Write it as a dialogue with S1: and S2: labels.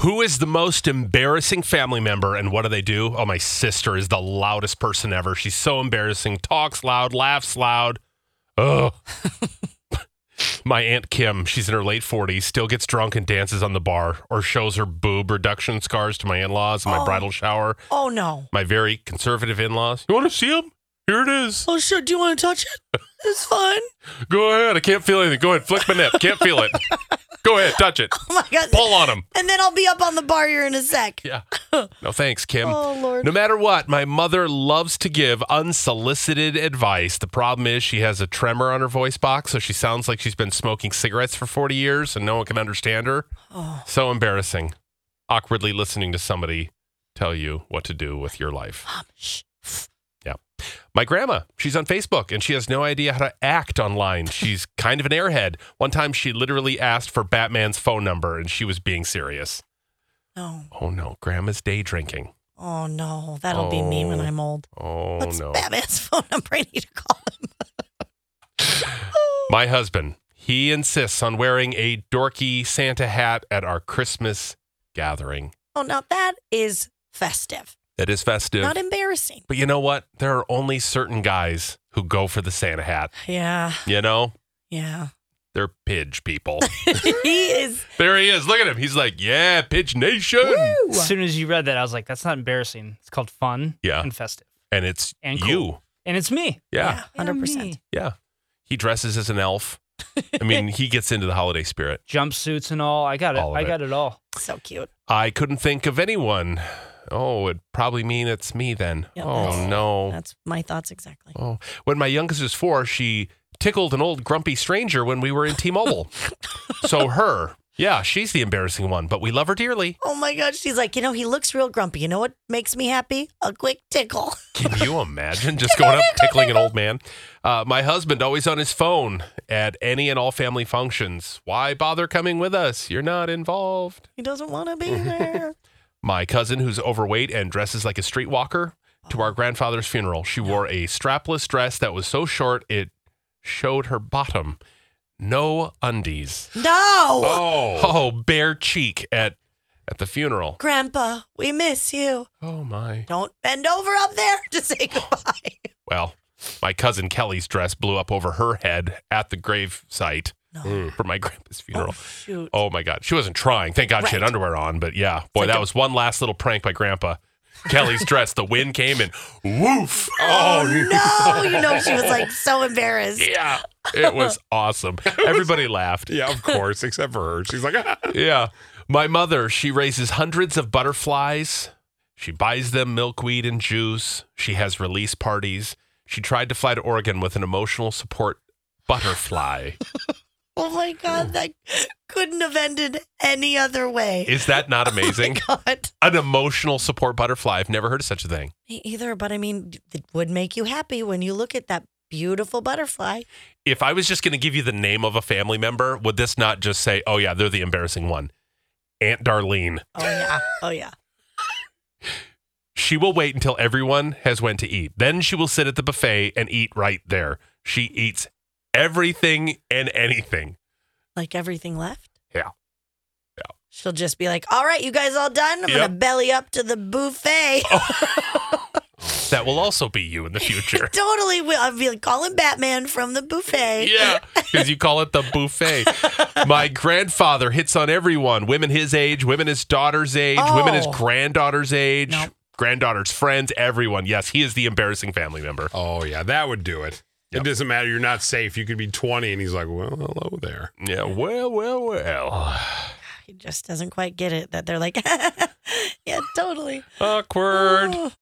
S1: Who is the most embarrassing family member and what do they do? Oh, my sister is the loudest person ever. She's so embarrassing, talks loud, laughs loud. Ugh. my Aunt Kim, she's in her late 40s, still gets drunk and dances on the bar or shows her boob reduction scars to my in laws in my
S2: Oh.
S1: bridal shower.
S2: Oh no.
S1: My very conservative in laws. You want to see them? Here it is.
S2: Oh sure. Do you want to touch it? It's fine.
S1: Go ahead. I can't feel anything. Go ahead. Flick my nip. Can't feel it. Go ahead. Touch it.
S2: Oh my god.
S1: Pull on them.
S2: And then I'll be up on the bar here in a sec.
S1: Yeah. No thanks, Kim.
S2: Oh lord.
S1: No matter what, my mother loves to give unsolicited advice. The problem is she has a tremor on her voice box, so she sounds like she's been smoking cigarettes for 40 years and no one can understand her.
S2: Oh.
S1: So embarrassing. Awkwardly listening to somebody tell you what to do with your life.
S2: Mom, Um, shh.
S1: My grandma, she's on Facebook and she has no idea how to act online. She's kind of an airhead. One time she literally asked for Batman's phone number and she was being serious.
S2: No.
S1: Oh no, grandma's day drinking.
S2: Oh no. That'll be me when
S1: Oh.
S2: I'm old.
S1: Oh
S2: What's
S1: no.
S2: Batman's phone number? I need to call him.
S1: My husband, he insists on wearing a dorky Santa hat at our Christmas gathering.
S2: Oh now that is festive.
S1: That is festive.
S2: Not embarrassing.
S1: but you know what? There are only certain guys who go for the Santa hat.
S2: Yeah.
S1: You know,
S2: Yeah.
S1: they're Pidge people.
S2: he is
S1: there he is. Look at him. He's like, yeah, Pidge Nation.
S3: As soon as you read that, I was like, that's not embarrassing. It's called fun
S1: Yeah.
S3: and festive.
S1: And it's
S3: And
S1: you.
S3: And it's me.
S1: Yeah.
S2: Yeah, 100%.
S3: me.
S1: Yeah. He dresses as an elf. I mean, he gets into the holiday spirit.
S3: Jumpsuits and all. I got it.
S1: All of
S3: I
S1: it.
S3: got it all.
S2: so cute.
S1: I couldn't think of anyone. Oh, it'd probably mean it's me then.
S2: Yeah,
S1: oh,
S2: that's-
S1: no.
S2: That's my thoughts exactly.
S1: Oh, when my youngest was four, she tickled an old grumpy stranger when we were in T-Mobile. so her, yeah, she's the embarrassing one, but we love her dearly.
S2: Oh my gosh, she's like, you know, he looks real grumpy. You know what makes me happy? A quick tickle.
S1: Can you imagine just going up tickling an old man? Uh, my husband always on his phone at any and all family functions. Why bother coming with us? You're not involved.
S2: He doesn't want to be there.
S1: My cousin, who's overweight and dresses like a streetwalker, to our grandfather's funeral, she wore a strapless dress that was so short it showed her bottom. No undies.
S2: no.
S1: Oh, bare cheek at at the funeral.
S2: Grandpa, we miss you.
S1: Oh my.
S2: Don't bend over up there to say goodbye.
S1: Well, my cousin Kelly's dress blew up over her head at the grave site
S2: No.
S1: for my grandpa's
S2: Oh,
S1: funeral.
S2: shoot.
S1: Oh. my god. She wasn't trying. Thank God she had
S2: Right.
S1: underwear on, but yeah. Boy,
S2: like
S1: that
S2: a-
S1: was one last little prank by grandpa. Kelly's dress, the wind came and woof. Oh,
S2: no. You know, she was like so embarrassed.
S1: Yeah. It was awesome. Everybody laughed.
S4: Yeah, of course, except for her. She's like, ah.
S1: yeah. My mother, she raises hundreds of butterflies. She buys them milkweed and juice. She has release parties. She tried to fly to Oregon with an emotional support butterfly.
S2: Oh my God. That couldn't have ended any other way. Oh
S1: Is that
S4: Oh
S1: not amazing?
S2: God.
S1: an emotional support butterfly. I've never heard of such a thing.
S2: Me either. But I mean, it would make you happy when you look at that beautiful butterfly.
S1: If I was just going to give you the name of a family member, would this not just say, oh, yeah, they're the embarrassing one? Aunt Darlene.
S2: Oh, yeah. Oh, yeah.
S1: She will wait until everyone has went to eat. Then she will sit at the buffet and eat right there. She eats everything and anything.
S2: Like everything left.
S1: Yeah.
S2: She'll just be like, all right, you guys all done? I'm going to
S1: Yep.
S2: belly up to the buffet.
S1: That will also be you in the future.
S2: totally will. I'll be like, calling Batman from the buffet.
S1: Yeah, because you call it the buffet. My grandfather hits on everyone women his age, women his daughter's age, women his
S2: Oh.
S1: granddaughter's age,
S2: Nope.
S1: granddaughter's friends, everyone. Yes, he is the embarrassing family member.
S4: oh yeah, that would do it.
S1: Yep.
S4: It doesn't matter. You're not safe. You could be 20, and he's like, well, hello there.
S1: Yeah, well, well, well.
S2: He just doesn't quite get it that they're like, yeah, totally.
S1: Awkward.
S2: Oh.